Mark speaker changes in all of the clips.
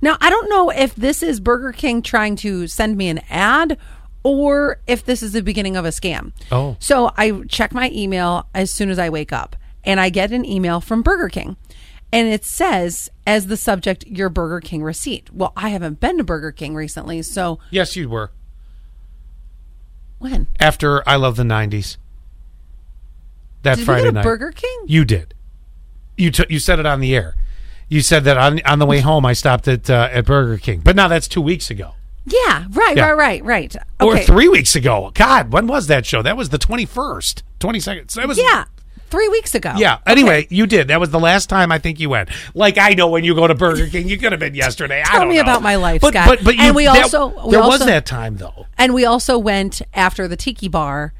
Speaker 1: Now, I don't know if this is Burger King trying to send me an ad or if this is the beginning of a scam.
Speaker 2: Oh.
Speaker 1: So I check my email as soon as I wake up and I get an email from Burger King. And it says, as the subject, your Burger King receipt. Well, I haven't been to Burger King recently. So
Speaker 2: Yes, you were.
Speaker 1: when?
Speaker 2: After I Love the 90s. That
Speaker 1: Did
Speaker 2: Friday
Speaker 1: we go to
Speaker 2: night.
Speaker 1: Burger King?
Speaker 2: You did. You took. You said it on the air. You said that on on the way home. I stopped at uh, at Burger King, but now that's two weeks ago
Speaker 1: Yeah, right,
Speaker 2: Yeah.
Speaker 1: right, right, right.
Speaker 2: or
Speaker 1: Okay.
Speaker 2: three weeks ago. God, when was that show? That was the twenty first, twenty second. That was
Speaker 1: Yeah, three weeks ago.
Speaker 2: Yeah. Anyway, you did. That was the last time I think you went. Like I know when you go to Burger King, you could have been yesterday. I
Speaker 1: Tell
Speaker 2: don't
Speaker 1: me
Speaker 2: know.
Speaker 1: about my life,
Speaker 2: but,
Speaker 1: Scott.
Speaker 2: But, but you,
Speaker 1: And we
Speaker 2: that-
Speaker 1: also- we
Speaker 2: there was
Speaker 1: also-
Speaker 2: that time though.
Speaker 1: And we also went after the tiki bar.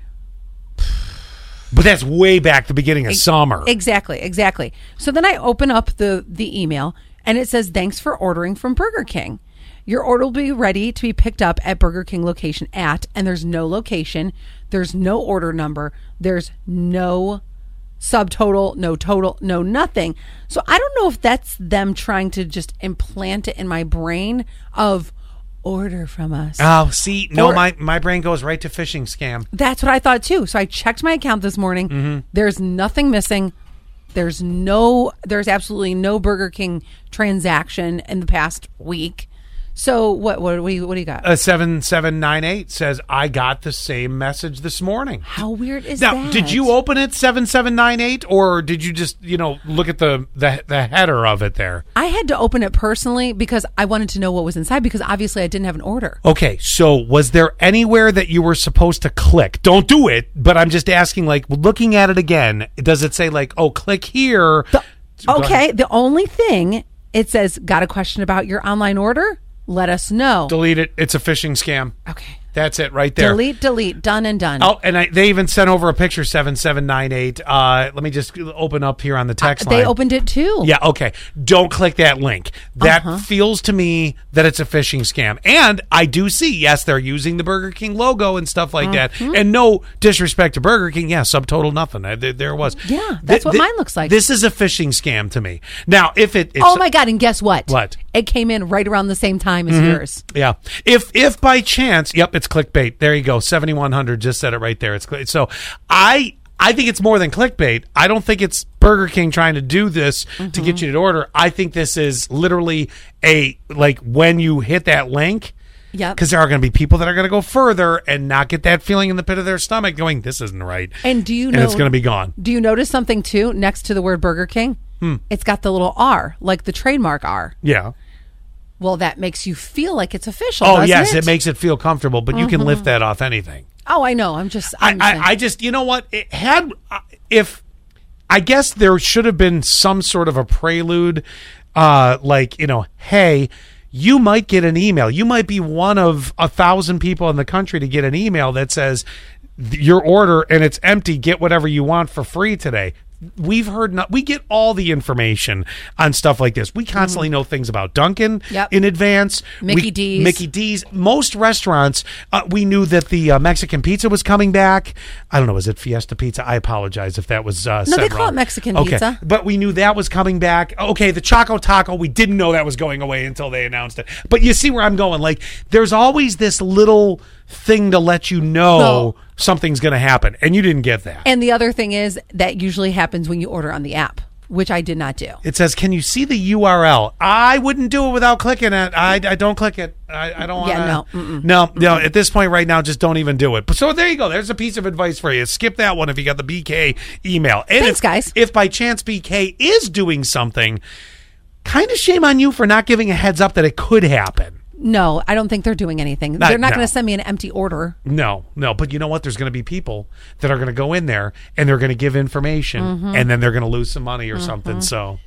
Speaker 2: But that's way back the beginning of summer.
Speaker 1: Exactly, exactly. So then I open up the the email and it says thanks for ordering from Burger King. Your order will be ready to be picked up at Burger King location at and there's no location, there's no order number, there's no subtotal, no total, no nothing. So I don't know if that's them trying to just implant it in my brain of order from us.
Speaker 2: oh, see, no,
Speaker 1: Or-
Speaker 2: my my brain goes right to phishing scam.
Speaker 1: That's what I thought too. So I checked my account this morning.
Speaker 2: Mm-hmm.
Speaker 1: There's nothing missing. There's no there's absolutely no Burger King transaction in the past week. So what what what do you, what do you got?
Speaker 2: Uh, seven seven nine eight says I got the same message this morning.
Speaker 1: How weird is
Speaker 2: Now,
Speaker 1: that?
Speaker 2: did you open it seven seven nine eight, or did you just you know look at the the, the header of it there?
Speaker 1: I had to open it personally because I wanted to know what was inside because obviously I didn't have an order.
Speaker 2: Okay, so was there anywhere that you were supposed to click? Don't do it, but I'm just asking, like, looking at it again, does it say, like, oh, click here? Go ahead.
Speaker 1: Okay, the only thing it says got a question about your online order? Let us know.
Speaker 2: Delete it. It's a phishing scam.
Speaker 1: okay.
Speaker 2: That's it right there.
Speaker 1: Delete delete done and done.
Speaker 2: Oh, and I, they even sent over a picture, 7798. Uh, let me just open up here on the text line.
Speaker 1: Uh, they opened it too.
Speaker 2: Yeah, okay. Don't click that link. That
Speaker 1: Uh-huh.
Speaker 2: feels to me that it's a phishing scam. And I do see, yes, they're using the Burger King logo and stuff like
Speaker 1: Mm-hmm.
Speaker 2: that. And no disrespect to Burger King, yeah, subtotal nothing. I, there, there was.
Speaker 1: Yeah, that's what
Speaker 2: Th- th-
Speaker 1: mine looks like.
Speaker 2: This is a phishing scam to me. Now, if it if
Speaker 1: Oh my god! And guess what?
Speaker 2: What? Mm-hmm.
Speaker 1: It came in right around the same time as yours.
Speaker 2: Yeah. If if by chance, yep, it's clickbait. There you go. 7100 just said it right there. It's cli- so I I think it's more than clickbait. I don't think it's Burger King trying to do this to get
Speaker 1: Mm-hmm.
Speaker 2: you to order. I think this is literally a like when you hit that link
Speaker 1: Yep.
Speaker 2: because there are going to be people that are going to go further and not get that feeling in the pit of their stomach going this isn't right.
Speaker 1: And do you
Speaker 2: and
Speaker 1: know
Speaker 2: it's going to be gone.
Speaker 1: Do you notice something too next to the word Burger King?
Speaker 2: Hmm.
Speaker 1: It's got the little R, like the trademark R.
Speaker 2: Yeah.
Speaker 1: Well, that makes you feel like it's official.
Speaker 2: Oh
Speaker 1: doesn't it?
Speaker 2: yes,
Speaker 1: Mm-hmm.
Speaker 2: it? makes it feel comfortable, but you can lift that off anything.
Speaker 1: Oh, I know. I'm just.
Speaker 2: I,
Speaker 1: I'm
Speaker 2: I,
Speaker 1: saying-
Speaker 2: I just, you know what? It had, uh, if, I guess there should have been some sort of a prelude, uh, like, you know, hey, you might get an email. You might be one of a thousand people in the country to get an email that says, "Th- your order and it's empty. Get whatever you want for free today. We've heard, not, we get all the information on stuff like this. We constantly know things about Duncan
Speaker 1: Yep.
Speaker 2: in advance.
Speaker 1: Mickey
Speaker 2: we,
Speaker 1: D's.
Speaker 2: Mickey D's. Most restaurants, uh, we knew that the uh, Mexican pizza was coming back. I don't know, is it Fiesta Pizza? I apologize if that was. Uh,
Speaker 1: No, they
Speaker 2: said
Speaker 1: call
Speaker 2: wrong.
Speaker 1: it Mexican
Speaker 2: okay.
Speaker 1: pizza.
Speaker 2: But we knew that was coming back. Okay, the Choco Taco, we didn't know that was going away until they announced it. But you see where I'm going. Like, there's always this little thing to let you know
Speaker 1: Well-
Speaker 2: something's going to happen. And you didn't get that.
Speaker 1: and the other thing is that usually happens when you order on the app, which I did not do.
Speaker 2: it says, "Can you see the URL?" I wouldn't do it without clicking it. I, I don't click it. I, I don't want.
Speaker 1: Yeah, no,
Speaker 2: no, no. At this point, right now, just don't even do it. But so there you go. There's a piece of advice for you. Skip that one if you got the BK email. And
Speaker 1: Thanks,
Speaker 2: if,
Speaker 1: guys.
Speaker 2: If by chance BK is doing something, kind of shame on you for not giving a heads up that it could happen.
Speaker 1: No, I don't think they're doing anything. they're not
Speaker 2: no.
Speaker 1: going to send me an empty order.
Speaker 2: No, no, but you know what? There's going to be people
Speaker 1: Mm-hmm.
Speaker 2: that are going to go in there and they're going to give information, and then they're going to lose some money or something. So